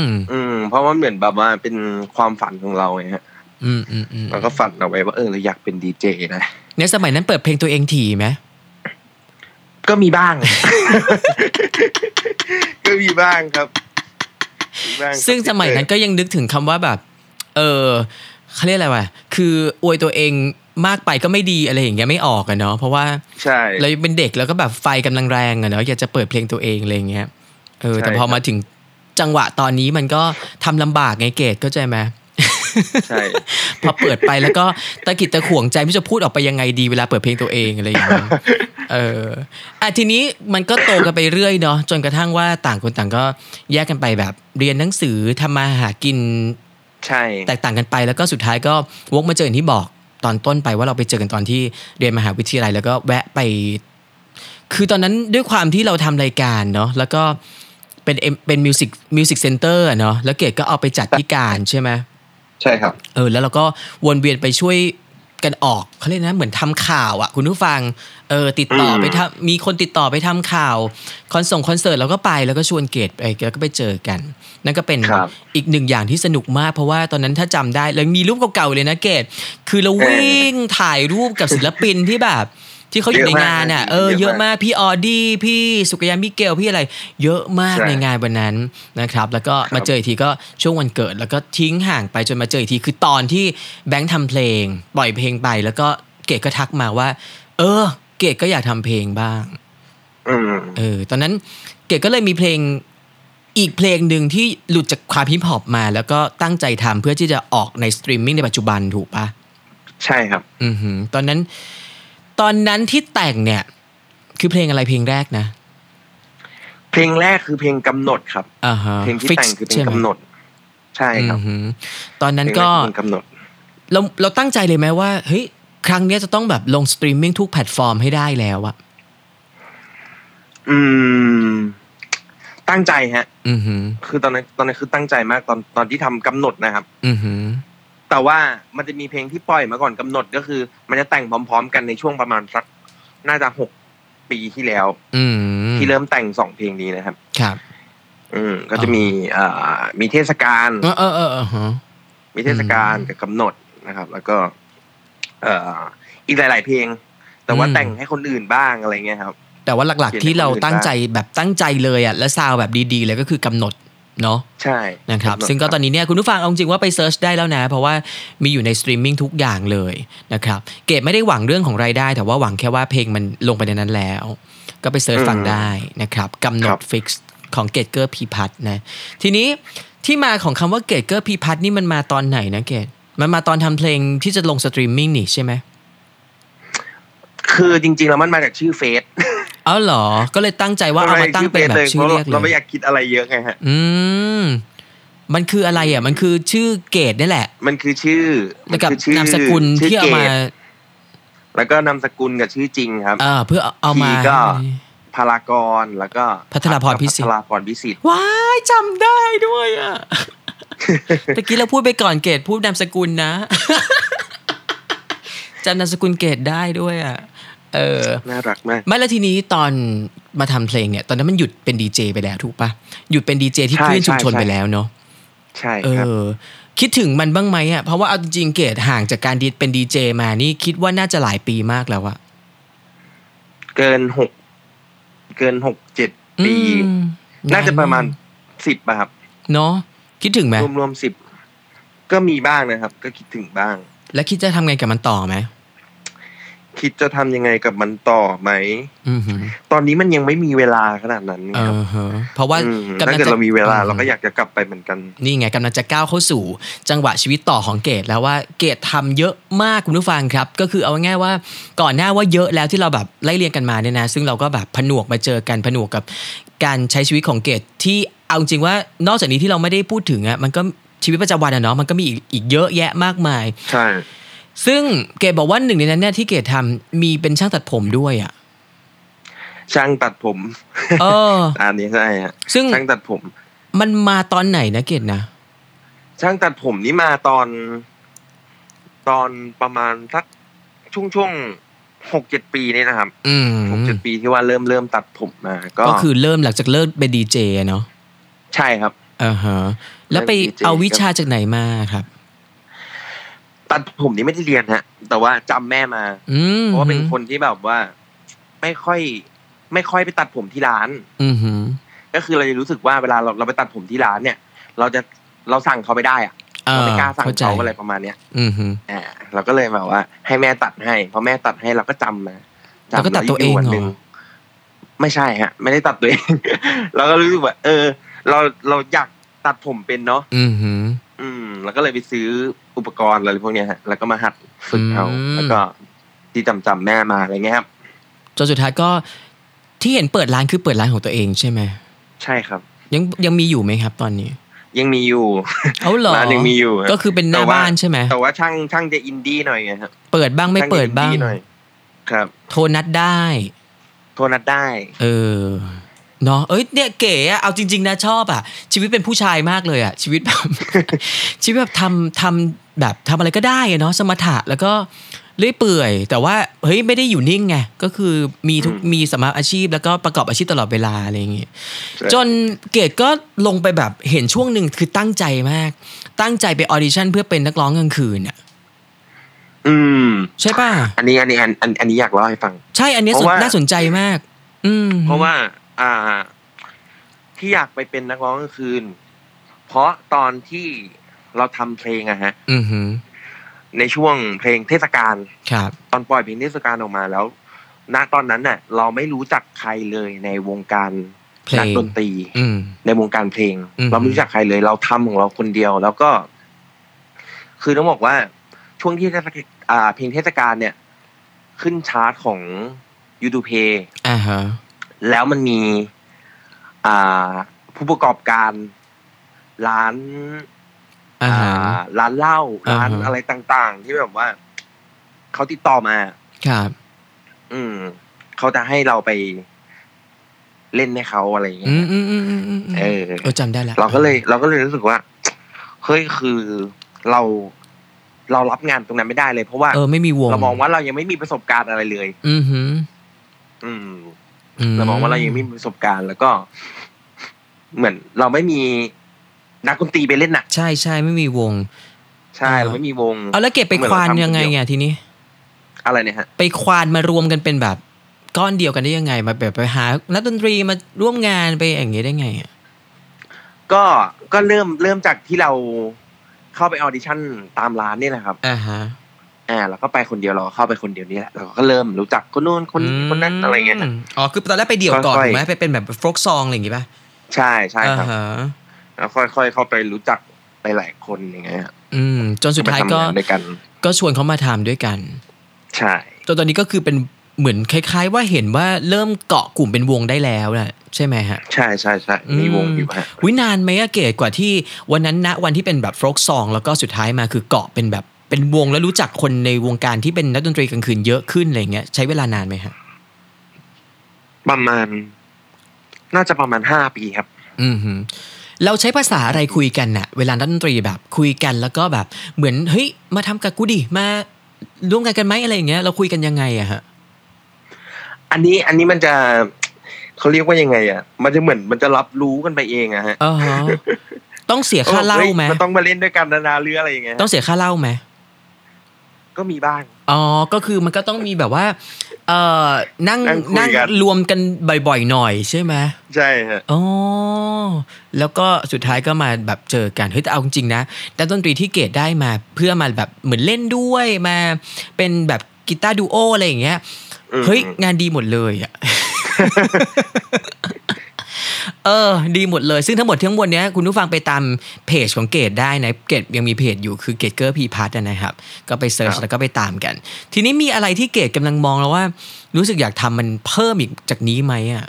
[SPEAKER 2] ม
[SPEAKER 3] อืม เพราะว่าเหมือนแบบว่าเป็นความฝันของเราไงฮะ
[SPEAKER 2] อืมอืมอืม
[SPEAKER 3] เราก็ฝันเอาไว้ว่าเออเราอยากเป็นดีเจนะ
[SPEAKER 2] ในสมัยนั้นเปิดเพลงตัวเองถี่ไหม
[SPEAKER 3] ก็มีบ้าง <laughs> ก็มีบ้างครับมีบ้าครับ
[SPEAKER 2] ซึ่งสมัยนั้นก็ยังนึกถึงคำว่าแบบ เออเขาเรียกอะไรวะคืออวยตัวเองมากไปก็ไม่ดีอะไรอย่างเงี้ยไม่ออกอะเนาะเพราะว่า
[SPEAKER 3] ใช่
[SPEAKER 2] เรายังเป็นเด็กแล้วก็แบบไฟกำลังแรงอะเนาะอยากจะเปิดเพลงตัวเองอะไรอย่างเงี้ยเออ
[SPEAKER 3] ใช่
[SPEAKER 2] แต่พอมาถึงจังหวะตอนนี้มันก็ทำลำบากไงเกดเข้าใจไหม
[SPEAKER 3] ใช่
[SPEAKER 2] พอเปิดไปแล้วก็ <laughs> ตะกิดตะขวงใจไม่รู้จะพูดออกไปยังไงดีเวลาเปิดเพลงตัวเองอะไรอย่างเงี้ยเอออ่ะทีนี้มันก็โตกันไปเรื่อยเนาะจนกระทั่งว่าต่างคนต่างก็แยกกันไปแบบเรียนหนังสือทำมาหากิน
[SPEAKER 3] ใช่
[SPEAKER 2] แตกต่างกันไปแล้วก็สุดท้ายก็วกมาเจออย่างที่บอกตอนต้นไปว่าเราไปเจอกันตอนที่เรียนมหาวิทยาลัยแล้วก็แวะไป คือตอนนั้นด้วยความที่เราทำรายการเนาะแล้วก็เป็นเอ็มเป็นมิวสิกมิวสิกเซ็นเตอร์เนาะแล้วเกดก็เอาไปจัดที่การใช่ไหม
[SPEAKER 3] ใช่ครับ
[SPEAKER 2] เออแล้วเราก็วนเวียนไปช่วยกันออกเขาเรียกนะเหมือนทำข่าวอะคุณผู้ฟังเออติดต่อ
[SPEAKER 3] ม
[SPEAKER 2] ไปทำมีคนติดต่อไปทำข่าวคอนส่งคอนเสิร์ตเราก็ไปแล้วก็ชวนเกดไปแล้วก็ไปเจอกัน นั่นก็เป็น
[SPEAKER 3] ครับ
[SPEAKER 2] อีกหนึ่งอย่างที่สนุกมากเพราะว่าตอนนั้นถ้าจำได้แล้วมีรูปเก่าๆเลยนะเกดคือเราวิ่งถ่ายรูปกับศิลปินที่แบบ ที่เขาอยู่ใน
[SPEAKER 3] เยอะมาก
[SPEAKER 2] งานอ่ะ
[SPEAKER 3] นะ
[SPEAKER 2] เออ
[SPEAKER 3] เย
[SPEAKER 2] เย
[SPEAKER 3] อะมาม
[SPEAKER 2] อะาก กพี่ออดี้พี่สุกยามิเกลพี่อะไร เยอะมาก
[SPEAKER 3] ใช่
[SPEAKER 2] ในงานวันนั้นนะครับ แล้วก็
[SPEAKER 3] ครับ
[SPEAKER 2] มาเจออีกทีก็ช่วงวันเกิด แล้วก็ทิ้งห่างไปจนมาเจออีกทีคือตอนที่แบงค์ทำเพลง ปล่อยเพลงไปแล้วก็เกดก็ทักมาว่า เออ เกดก็อยากทำเพลงบ้าง
[SPEAKER 3] อืม
[SPEAKER 2] เออตอนนั้นเกดก็เลยมีเพลงอีกเพลงหนึ่งที่หลุดจากความฮิปฮอปมา แล้วก็ตั้งใจทำเพื่อที่จะออกในสตรีมมิ่งในปัจจุบันถูกปะ
[SPEAKER 3] ใช่ครับ
[SPEAKER 2] อือหือตอนนั้น ตอนนั้นที่แต่งเนี่ย คือเพลงอะไรเพลงแรกนะ
[SPEAKER 3] เพ เพลงแรกคือเพลงกำหนดครับ
[SPEAKER 2] อ่าฮะ
[SPEAKER 3] เพลงที่
[SPEAKER 2] Fix
[SPEAKER 3] แต่งคือเพลง
[SPEAKER 2] ใช่ไหม
[SPEAKER 3] กำหนด ใช่ครับ
[SPEAKER 2] อือหือตอนนั้น
[SPEAKER 3] เพลงแร
[SPEAKER 2] ก็
[SPEAKER 3] คือเพลงกำหนด
[SPEAKER 2] เราเราตั้งใจเลยไหมว่าเฮ้ยครั้งเนี้ยจะต้องแบบลงสตรีมมิ่งทุกแพลตฟอร์มให้ได้แล้วอะ
[SPEAKER 3] อืม ตั้งใจฮะ
[SPEAKER 2] อือหือ
[SPEAKER 3] คือตอนนั้นตอนนั้นคือตั้งใจมากตอนตอนที่ทำกำหนดนะครับ
[SPEAKER 2] อือหือ
[SPEAKER 3] แต่ว่ามันจะมีเพลงที่ปล่อยมาก่อนกำหนดก็คือ มันจะแต่งพร้อม ๆ กันในช่วงประมาณสักน่าจะหกปีที่แล้ว
[SPEAKER 2] อืม
[SPEAKER 3] ที่เริ่มแต่งสองเพลงนี้นะครับ
[SPEAKER 2] ครับ
[SPEAKER 3] อืม ก็จะมีเอ่อมีเทศกาล
[SPEAKER 2] เออเออเออเออฮะ
[SPEAKER 3] มีเทศกาลกับกำหนดนะครับ แล้วก็ เอ่ออีกหลาย ๆ เพลง แต่ว่า
[SPEAKER 2] อืม
[SPEAKER 3] แต่งให้คนอื่นบ้างอะไรเงี้ยครับ
[SPEAKER 2] แต่ว่าหลักๆ ที่เราตั้งใจแบบตั้งใจเลยอ่ะและซาวแบบดีๆเลยก็คือกำหนดเนาะ
[SPEAKER 3] ใช่
[SPEAKER 2] นะครับ
[SPEAKER 3] ำหด
[SPEAKER 2] ซึ่งก็ตอนนี้เนี่ยคุณผู้ฟังเอาจริงๆว่าไปเซิร์ชได้แล้วนะ เพราะว่ามีอยู่ในสตรีมมิ่งทุกอย่างเลยนะครับ เกดไม่ได้หวังเรื่องของรายได้ แต่ว่าหวังแค่ว่าเพลงมันลงไปในนั้นแล้ว ก็ไปเซิร์ชฟังได้นะครับกำหนดฟิกของเกดเกอร์พีพัทนะทีนี้ที่มาของคำว่าเกดเกอร์พีพัทนี่มันมาตอนไหนนะเกดมันมาตอนทำเพลงที่จะลงสตรีมมิ่งนี่ใช่ไหม
[SPEAKER 3] คือจริง ๆ แล้วมันมาจากชื่อเฟซ
[SPEAKER 2] เอ้าเหรอก็เลยตั้งใจว่า
[SPEAKER 3] <laughs>
[SPEAKER 2] เอามาตั้งเป็นแบบชื่อเรียกเลย
[SPEAKER 3] เราไม่อยากคิดอะไรเยอะไงฮะ
[SPEAKER 2] อืม มันคืออะไรอ่ะ มันคือชื่อเกตนี่แหละ
[SPEAKER 3] มันคือชื่อมั
[SPEAKER 2] แล้วกับ
[SPEAKER 3] คือชื่อน
[SPEAKER 2] ามสกุล
[SPEAKER 3] ชื่
[SPEAKER 2] ที่เอามา
[SPEAKER 3] กตแล้วก็นามสกุลกับชื่อจริงครับ
[SPEAKER 2] เอ่อเพื่อเอามา
[SPEAKER 3] ที่ก็ พารากรแล้วก็
[SPEAKER 2] พัทรพรพิสิทธิ์
[SPEAKER 3] พัทรพรพิสิทธิ์
[SPEAKER 2] ว้ายจำได้ด้วย
[SPEAKER 3] <laughs>
[SPEAKER 2] อ่ะ ตะกี้เราพูดไปก่อนเกตพูดนามสกุล
[SPEAKER 3] <laughs>
[SPEAKER 2] นะ จำนามสกุลเกตได้ด้วยอ่ะ เออ
[SPEAKER 3] น่ารักมาก
[SPEAKER 2] ไม่แล้วทีนี้ตอนมาทำเพลงเนี่ย ตอนนั้นมันหยุดเป็นดีเจไปแล้วถูกปะหยุดเป็นดีเจที่
[SPEAKER 3] ใช่
[SPEAKER 2] คลื่นชุมชน
[SPEAKER 3] ใช่
[SPEAKER 2] ไปแล้วเนาะ
[SPEAKER 3] ใช่
[SPEAKER 2] เอ
[SPEAKER 3] ครับ
[SPEAKER 2] อคิดถึงมันบ้างไหมอ่ะเพราะว่าเอาจริงๆเกรดห่างจากการดีเป็นดีเจมานี่คิดว่าน่าจะหลายปีมากแล้วอะ
[SPEAKER 3] เกินหกเกินหกเจ็ดปี
[SPEAKER 2] อืม
[SPEAKER 3] น่าจะประมาณสิบครับ
[SPEAKER 2] เนาะคิดถึงไหม
[SPEAKER 3] รวมรวมสิบก็มีบ้างนะครับ ก็คิดถึงบ้าง
[SPEAKER 2] แล้วคิดจะทำไงกับมันต่อไหม
[SPEAKER 3] คิดจะทำยังไงกับมันต่อไหม
[SPEAKER 2] อือหือ
[SPEAKER 3] ตอนนี้มันยังไม่มีเวลาขนาดนั้น
[SPEAKER 2] เอ
[SPEAKER 3] ครับ
[SPEAKER 2] อฮะเพราะว่า
[SPEAKER 3] อืม
[SPEAKER 2] ำ
[SPEAKER 3] ถ้าง เกิด
[SPEAKER 2] จะ
[SPEAKER 3] เรามีเวลาเราก็อยากจะกลับไปเหมือนกัน
[SPEAKER 2] นี่ไงกำลังจะก้าวเข้าสู่ จังหวะชีวิตต่อของเกรดแล้วว่าเกรดทำเยอะมากคุณผู้ฟังครับ ก็คือเอาง่ายๆว่าก่อนหน้าว่าเยอะแล้วที่เราแบบไล่เรียงกันมาเนี่ยนะซึ่งเราก็แบบผนวกมาเจอกันผนวกกับ การใช้ชีวิตของเกดที่เอาจริงว่านอกจากนี้ที่เราไม่ได้พูดถึงอะมันก็ชีวิตประจำวันอะเนาะมันก็มีอีกอีกเยอะแยะมากมาย
[SPEAKER 3] ใช่
[SPEAKER 2] ซึ่งเกดบอกว่าหนึ่งในนั้นเนี่ยที่เกดทำมีเป็นช่างตัดผมด้วยอะ
[SPEAKER 3] ช่างตัดผม
[SPEAKER 2] เออ
[SPEAKER 3] อันนี้ใช่ฮะ
[SPEAKER 2] ซึ่ง
[SPEAKER 3] ช่างตัดผม
[SPEAKER 2] มันมาตอนไหนนะเกดนะ
[SPEAKER 3] ช่างตัดผมนี่มาตอน ตอนประมาณสักช่วงช่วงหกเจ็ดปีนี่นะครับ
[SPEAKER 2] อืม
[SPEAKER 3] หกเจ็ดปีที่ว่าเริ่มเริ่มตัดผมมา ก็
[SPEAKER 2] ก็คือเริ่มหลังจากเลิกเป็นดีเจอะเนาะ
[SPEAKER 3] ใช่ครับ
[SPEAKER 2] อ่าฮะแล้วไป
[SPEAKER 3] เลิกเป็น DJ
[SPEAKER 2] เอาวิชาจากไหนมาครับ
[SPEAKER 3] ตัดผมนี่ไม่ได้เรียนฮะ แต่ว่าจำแม่มา
[SPEAKER 2] อืม
[SPEAKER 3] เพราะว่าเป็นคนที่แบบว่า ไม่ค่อย ไม่ค่อยไปตัดผมที่ร้าน
[SPEAKER 2] อือหือ
[SPEAKER 3] ก็คือเราจะรู้สึกว่าเวลาเราเราไปตัดผมที่ร้านเนี่ย เราจะเราสั่งเขาไปได้อะ
[SPEAKER 2] เอ
[SPEAKER 3] เรา
[SPEAKER 2] อ
[SPEAKER 3] ไม่กล้าสั่ง
[SPEAKER 2] เข้าใจ
[SPEAKER 3] เขาอะไรประมาณเนี้ย
[SPEAKER 2] อือหือ
[SPEAKER 3] อ่าเราก็เลยแบบว่า ให้แม่ตัดให้พอแม่ตัดให้เราก็จำมาจำ
[SPEAKER 2] แล้วก็ตัดตัวเองเหรอ
[SPEAKER 3] ยู่นหนึ่ไม่ใช่ฮะ ไม่ได้ตัดตัวเอง <laughs> เราก็รู้สึกว่า เออ เราเราอยากตัดผมเป็นเนาะ
[SPEAKER 2] อือหือ
[SPEAKER 3] อืม แล้วก็เลยไปซื้ออุปกรณ์อะไรพวกเนี้ยฮะแล้วก็มาหัดฝึกเอา
[SPEAKER 2] อืม
[SPEAKER 3] แล้วก็ที่จำจำแม่มาอะไรเงี้ยครับ
[SPEAKER 2] จนสุดท้ายก็ที่เห็นเปิดร้านคือเปิดร้านของตัวเองใช่ไหม
[SPEAKER 3] ใช่ครับ
[SPEAKER 2] ยังยังมีอยู่ไหมครับตอน
[SPEAKER 3] <laughs>
[SPEAKER 2] นี้
[SPEAKER 3] ยังมีอยู่
[SPEAKER 2] เอาเหรอ
[SPEAKER 3] ร้านยังมีอยู่ฮะ
[SPEAKER 2] ก็คือเป็นหน้า
[SPEAKER 3] แต่ว่
[SPEAKER 2] บ้านใช่ไหม
[SPEAKER 3] แต่ว่าช่างช่างจะอินดี้หน่อยไงครับ
[SPEAKER 2] เปิดบ้างไม่เปิดบ้าง
[SPEAKER 3] ช่จะอินหน่อย ครับ
[SPEAKER 2] โทรนัดได้
[SPEAKER 3] โทรนัดได้
[SPEAKER 2] เออเนาะเอ้ยเนี่ยเก๋อะเอาจริง ๆ นะชอบอะชีวิตเป็นผู้ชายมากเลยอะชีวิตแบบ <laughs> ชีวิตแบบทำทำแบบทำอะไรก็ได้อะเนาะสมถะแล้วก็เรื่อยเปื่อย แต่ว่าเฮ้ยไม่ได้อยู่นิ่งไงก็คือมีทุก
[SPEAKER 3] อืม
[SPEAKER 2] มีสมาอาชีพ แล้วก็ประกอบอาชีพตลอดเวลาอะไรอย่างเงี้ย จ
[SPEAKER 3] น
[SPEAKER 2] นเกดก็ลงไปแบบเห็นช่วงหนึ่งคือตั้งใจมาก ตั้งใจไปออดิชั่นเพื่อเป็นนักร้องกลางคืนอ่ะ
[SPEAKER 3] อืม
[SPEAKER 2] ใช่ป่ะ
[SPEAKER 3] อันนี้อันนี้อันอันอันนี้อยากเล่าให้ฟัง
[SPEAKER 2] ใช่อันเนี้ยสน
[SPEAKER 3] เพราะว่า
[SPEAKER 2] น่าสนใจมาก อืม
[SPEAKER 3] เพราะว่า อ่า ที่อยากไปเป็นนักร้องกลางคืน เพราะตอนที่เราทำเพลงอะฮะ
[SPEAKER 2] อือหือ
[SPEAKER 3] ในช่วงเพลงเทศกาล
[SPEAKER 2] ครับ
[SPEAKER 3] ตอนปล่อยเพลงเทศกาลออกมาแล้ว ณตอนนั้นน่ะ เราไม่รู้จักใครเลยในวงการ
[SPEAKER 2] เพล
[SPEAKER 3] นัก
[SPEAKER 2] ง
[SPEAKER 3] ดนตรี
[SPEAKER 2] อืม
[SPEAKER 3] ในวงการเพลง
[SPEAKER 2] อืม
[SPEAKER 3] เราไม่รู้จักใครเลย เราทำของเราคนเดียว แล้วก็ คือต้องบอกว่าช่วงที่เทศกาลอ่าเพลงเทศกาลเนี่ย ขึ้นชาร์ตของ YouTube Play
[SPEAKER 2] อ่าฮะ
[SPEAKER 3] แล้วมันมี อ่า ผู้ประกอบการร้าน
[SPEAKER 2] อาหาร
[SPEAKER 3] อ่าร้านเหล้าร้าน
[SPEAKER 2] อ่าฮะ
[SPEAKER 3] อะไรต่าง ๆ ที่แบบว่าเขาติดต่อมา
[SPEAKER 2] ครับ
[SPEAKER 3] อืมเขาจะให้เราไปเล่นให้เขาอะไรอย่างเงี้
[SPEAKER 2] อืม
[SPEAKER 3] ย
[SPEAKER 2] อืมอืมอืมอืม
[SPEAKER 3] เออ
[SPEAKER 2] เออจำได้แล้ว
[SPEAKER 3] เราก็เลย เราก็เลยรู้สึกว่าเฮ้ยคือเราเรารับงานตรงนั้นไม่ได้เลย เพราะว่า
[SPEAKER 2] เออไม่มีวง
[SPEAKER 3] เรามองว่าเรายังไม่มีประสบการณ์อะไรเลย
[SPEAKER 2] อือหือ
[SPEAKER 3] อืม
[SPEAKER 2] อื
[SPEAKER 3] เรามองว่าเรายังไม่มีประสบการณ์ แล้วก็ เหมือนเราไม่มีนักดนตรีไปเล่นน่ะ
[SPEAKER 2] ใช่ใช่ไม่มีวง
[SPEAKER 3] ใช่
[SPEAKER 2] อ่า
[SPEAKER 3] เราไม่มีวง
[SPEAKER 2] เอาแล้วเก็บไป
[SPEAKER 3] เหมือน
[SPEAKER 2] ควาน
[SPEAKER 3] เราทำคนเดียว
[SPEAKER 2] ยังไงไงทีนี้
[SPEAKER 3] อะไรเนี่ยฮะ
[SPEAKER 2] ไปควานมารวมกันเป็นแบบก้อนเดียวกันได้ยังไงมาแบบไปหานักดนตรีมาร่วมงานไปอย่างนี้ได้ไงอะ
[SPEAKER 3] ก็ก็เริ่มเริ่มจากที่เราเข้าไปออดิชั่นตามร้านนี่แหละครับ
[SPEAKER 2] อ่าฮะ
[SPEAKER 3] อ่าเราก็ไปคนเดียวเราก็เข้าไปคนเดียวนี่แหละเราก็เริ่มรู้จักคนนู้นคนนี้คนนั้นอะไรเงี้ย
[SPEAKER 2] มอ๋อคือตอนแรกไปเดี่ยวก่อน
[SPEAKER 3] ค่อยๆ
[SPEAKER 2] ถูกไหมไปเป็นแบบฟลกซองอะไรอย่างงี้ป่ะ
[SPEAKER 3] ใช่ใช่
[SPEAKER 2] อ่า
[SPEAKER 3] ครับ
[SPEAKER 2] ฮะ
[SPEAKER 3] แล้วค่อยๆเข้าไปรู้จักหลายๆคนอย่างเงี้ย
[SPEAKER 2] อืม จนสุดท้าย
[SPEAKER 3] ไป
[SPEAKER 2] ก็
[SPEAKER 3] ทำงนด้วยกัน
[SPEAKER 2] ก็ชวนเขามาทำด้วยกัน
[SPEAKER 3] ใช่
[SPEAKER 2] จนตอนนี้ก็คือเป็นเหมือนคล้าย ๆ ว่าเห็นว่าเริ่มเกาะกลุ่มเป็นวงได้แล้วนะใช่ไหมฮะ
[SPEAKER 3] ใช่ใช่ใช่
[SPEAKER 2] อืม
[SPEAKER 3] มีวงอยู่ฮะ
[SPEAKER 2] วินานไหมอะเกดกว่าที่วันนั้นนะวันที่เป็นแบบฟลกซองแล้วก็สุดท้ายมาคือเกาะเป็นแบบเป็นวงแล้วรู้จักคนในวงการที่เป็นนักดนตรีกลางคืนเยอะขึ้นอะไรเงี้ยใช้เวลานานไหมฮะ
[SPEAKER 3] ประมาณ น่าจะประมาณห้าปีครับ
[SPEAKER 2] อืมฮึเราใช้ภาษาอะไรคุยกันน่ะ เวลานักดนตรีแบบคุยกันแล้วก็แบบ เหมือนเฮ้ยมาทำกับกูดิมาร่วมงานกันไหมอะไรอย่างเงี้ยเราคุยกันยังไงอะฮะ
[SPEAKER 3] อันนี้อันนี้มันจะเขาเรียกว่ายังไง อ่ะ มันจะเหมือนมันจะรับรู้กันไปเองอะฮะ
[SPEAKER 2] อ๋อฮะต้องเสียค่าเหล้าไหม
[SPEAKER 3] ฮ้ยนต้องมาเล่นด้วยกันนานๆหรืออะไรอย่างเงี้ย
[SPEAKER 2] ต้องเสียค่าเหล้าไหม
[SPEAKER 3] ก็มีบ้าง
[SPEAKER 2] อ๋อก็คือมันก็ต้องมีแบบว่าเออนั่ง
[SPEAKER 3] นั่งคุยกัน
[SPEAKER 2] นั่งรวมกันบ่อยๆหน่อยใช่ไหม
[SPEAKER 3] ใช่ฮะ
[SPEAKER 2] อ๋อ แล้วก็สุดท้ายก็มาแบบเจอกันเฮ้ยแต่เอาจริงๆนะนักดนตรีที่เกรดได้มาเพื่อมาแบบเหมือนเล่นด้วยมา เป็นแบบกีตาร์ดูโออะไรอย่างเงี้ย
[SPEAKER 3] อืม
[SPEAKER 2] เฮ้ยงานดีหมดเลยอ่ะ เออ ดีหมดเลย ซึ่งทั้งหมดทั้งมวลเนี้ยคุณผู้ฟังไปตามเพจของเกรดได้นะเกรดยังมีเพจอยู่คือเกรดเกอร์พีพัทนะครับ ก็ไปเซิร์ช
[SPEAKER 3] ครับ
[SPEAKER 2] แล้วก็ไปตามกัน ทีนี้มีอะไรที่เกรดกำลังมองแล้วว่า รู้สึกอยากทำมันเพิ่มอีกจากนี้ไหมอ่ะ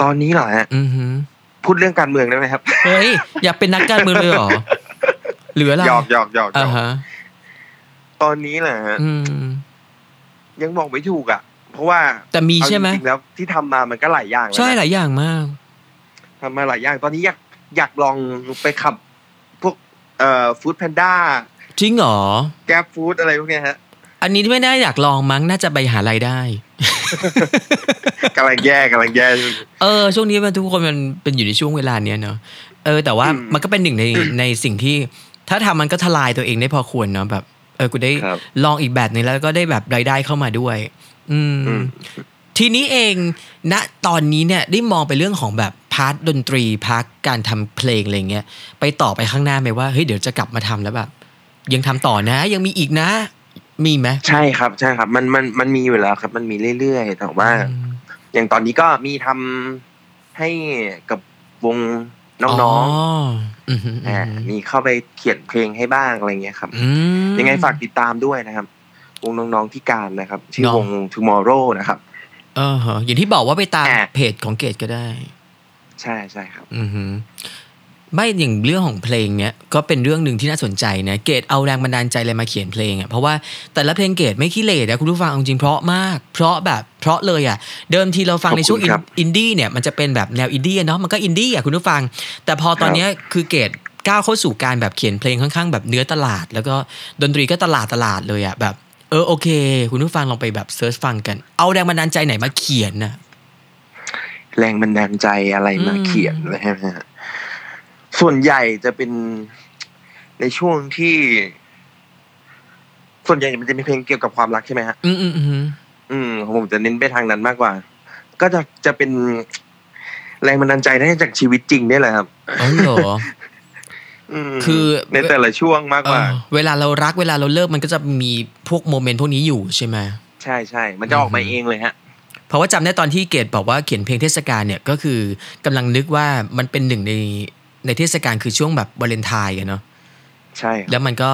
[SPEAKER 3] ตอนนี้เหรอฮะ
[SPEAKER 2] อือหือ
[SPEAKER 3] พูดเรื่องการเมืองได้ไหมครับ
[SPEAKER 2] เฮ้ย อยากเป็นนักการเมืองเลยเหรอหรืออะไร
[SPEAKER 3] หยอกหยอกหยอกหย
[SPEAKER 2] อ่า
[SPEAKER 3] อก
[SPEAKER 2] ฮะ
[SPEAKER 3] ตอนนี้แหละฮะ
[SPEAKER 2] อืม
[SPEAKER 3] ยังบอกไม่ถูกอ่ะ เพราะว่า
[SPEAKER 2] แต่มี
[SPEAKER 3] เอา
[SPEAKER 2] ใช่ไหม
[SPEAKER 3] จริงๆแล้วที่ทำมามันก็หลายอย่างแล้วนะ
[SPEAKER 2] ใช่หลายอย่างมาก
[SPEAKER 3] ทำมาหลายอย่าง ตอนนี้อยากอยากลองไปขับพวกเอ่อฟู้ดแพนด้า
[SPEAKER 2] จริงเหรอ
[SPEAKER 3] แกร็บฟู้ดอะไรพวกเนี้ยฮะ
[SPEAKER 2] อันนี้ไม่ได้อยากลองมั้งน่าจะไปหารายได้
[SPEAKER 3] กำลังแย่กำลังแย่
[SPEAKER 2] เออ ช่วงนี้มันทุกคนมันเป็นอยู่ในช่วงเวลาเนี้ยเนอะเออ แต่ว่า
[SPEAKER 3] อืม
[SPEAKER 2] มันก็เป็นหนึ่งใน
[SPEAKER 3] <coughs>
[SPEAKER 2] ในสิ่งที่ ถ้าทำมันก็ทลายตัวเองได้พอควรเนาะแบบ เออกูได้
[SPEAKER 3] ครับ
[SPEAKER 2] ลองอีกแบบหนึงแล้วก็ได้แบบรายได้เข้ามาด้วย อืม
[SPEAKER 3] อืม
[SPEAKER 2] ทีนี้เองณตอนนี้เนี่ยได้มองไปเรื่องของแบบพาร์ทดนตรีพาร์ทการทำเพลงอะไรเงี้ยไปต่อไปข้างหน้าไหมว่าเฮ้ยเดี๋ยวจะกลับมาทำแล้วแบบ ยังทำต่อนะ ยังมีอีกนะ มีไหม
[SPEAKER 3] ใช่ครับ ใช่ครับ มันมันมันมีอยู่แล้วครับ มันมีเรื่อยๆ แต่ว่า
[SPEAKER 2] อืม
[SPEAKER 3] อย่างตอนนี้ก็มีทำให้กับวงน้อง
[SPEAKER 2] อืมอืม
[SPEAKER 3] ๆ
[SPEAKER 2] อื
[SPEAKER 3] อ่ามมีเข้าไปเขียนเพลงให้บ้างอะไรเงี้ยครับ
[SPEAKER 2] อืม
[SPEAKER 3] ยังไงฝากติดตามด้วยนะครับ วงน้องๆที่การนะครับ ชื่อ
[SPEAKER 2] น้อง
[SPEAKER 3] วง tomorrow นะครับ
[SPEAKER 2] เออฮะอย่างที่บอกว่าไปตาม
[SPEAKER 3] อ่ะ
[SPEAKER 2] เพจของเกดก็ได้
[SPEAKER 3] ใช่ใช่ครับ
[SPEAKER 2] อือหือไม่อย่างเรื่องของเพลงเนี้ยก็เป็นเรื่องหนึ่งที่น่าสนใจนะเกดเอาแรงบันดาลใจอะไรมาเขียนเพลงอ่ะเพราะว่าแต่ละเพลงเกดไม่ขี้เหร่นะคุณผู้ฟังเอาจริงเพราะมาก เพราะแบบเพราะเลยอ่ะ เดิมทีเราฟัง
[SPEAKER 3] ขอบคุณ
[SPEAKER 2] ในช่วงอิน
[SPEAKER 3] ครับ
[SPEAKER 2] อินดี้เนี่ยมันจะเป็นแบบแนวอินดี้อะเนาะมันก็อินดี้อ่ะคุณผู้ฟัง แต่พอตอน
[SPEAKER 3] ครับ
[SPEAKER 2] เนี้ยคือเกดก้าวเข้าสู่การแบบเขียนเพลงค่อนข้างแบบเนื้อตลาด แล้วก็ดนตรีก็ตลาดตลาดเลยอ่ะแบบ เออโอเค คุณผู้ฟังลองไปแบบเซิร์ชฟังกัน เอาแรงบันดาลใจไหนมาเขียนน่ะ
[SPEAKER 3] แรงบันดาลใจอะไรมา
[SPEAKER 2] อืม
[SPEAKER 3] เขียนนะฮะส่วนใหญ่จะเป็นในช่วงที่ ส่วนใหญ่มันจะเป็นเพลงเกี่ยวกับความรักใช่ไหมฮะ
[SPEAKER 2] อืมอืมอืม
[SPEAKER 3] อืมของผมจะเน้นไปทางนั้นมากกว่า ก็จะจะเป็นแรงบันดาลใจได้จากชีวิตจริงเนี่ยแหละครับ
[SPEAKER 2] อ๋อเหรอ
[SPEAKER 3] อืม
[SPEAKER 2] คือ
[SPEAKER 3] ในแต่ละช่วงมากกว่า
[SPEAKER 2] เออเวลาเรารักเวลาเราเลิกมันก็จะมีพวกโมเมนต์พวกนี้อยู่ใช่ไหม
[SPEAKER 3] ใช่ใช่มันจะออกมา
[SPEAKER 2] อืม
[SPEAKER 3] เองเลยฮะ
[SPEAKER 2] เพราะว่าจำได้ตอนที่เกดบอกว่าเขียนเพลงเทศกาลเนี่ยก็คือกำลังนึกว่ามันเป็นหนึ่งในในเทศกาลคือช่วงแบบวาเลนไทน์อะเนาะ
[SPEAKER 3] ใช่ครับ
[SPEAKER 2] แล้วมันก็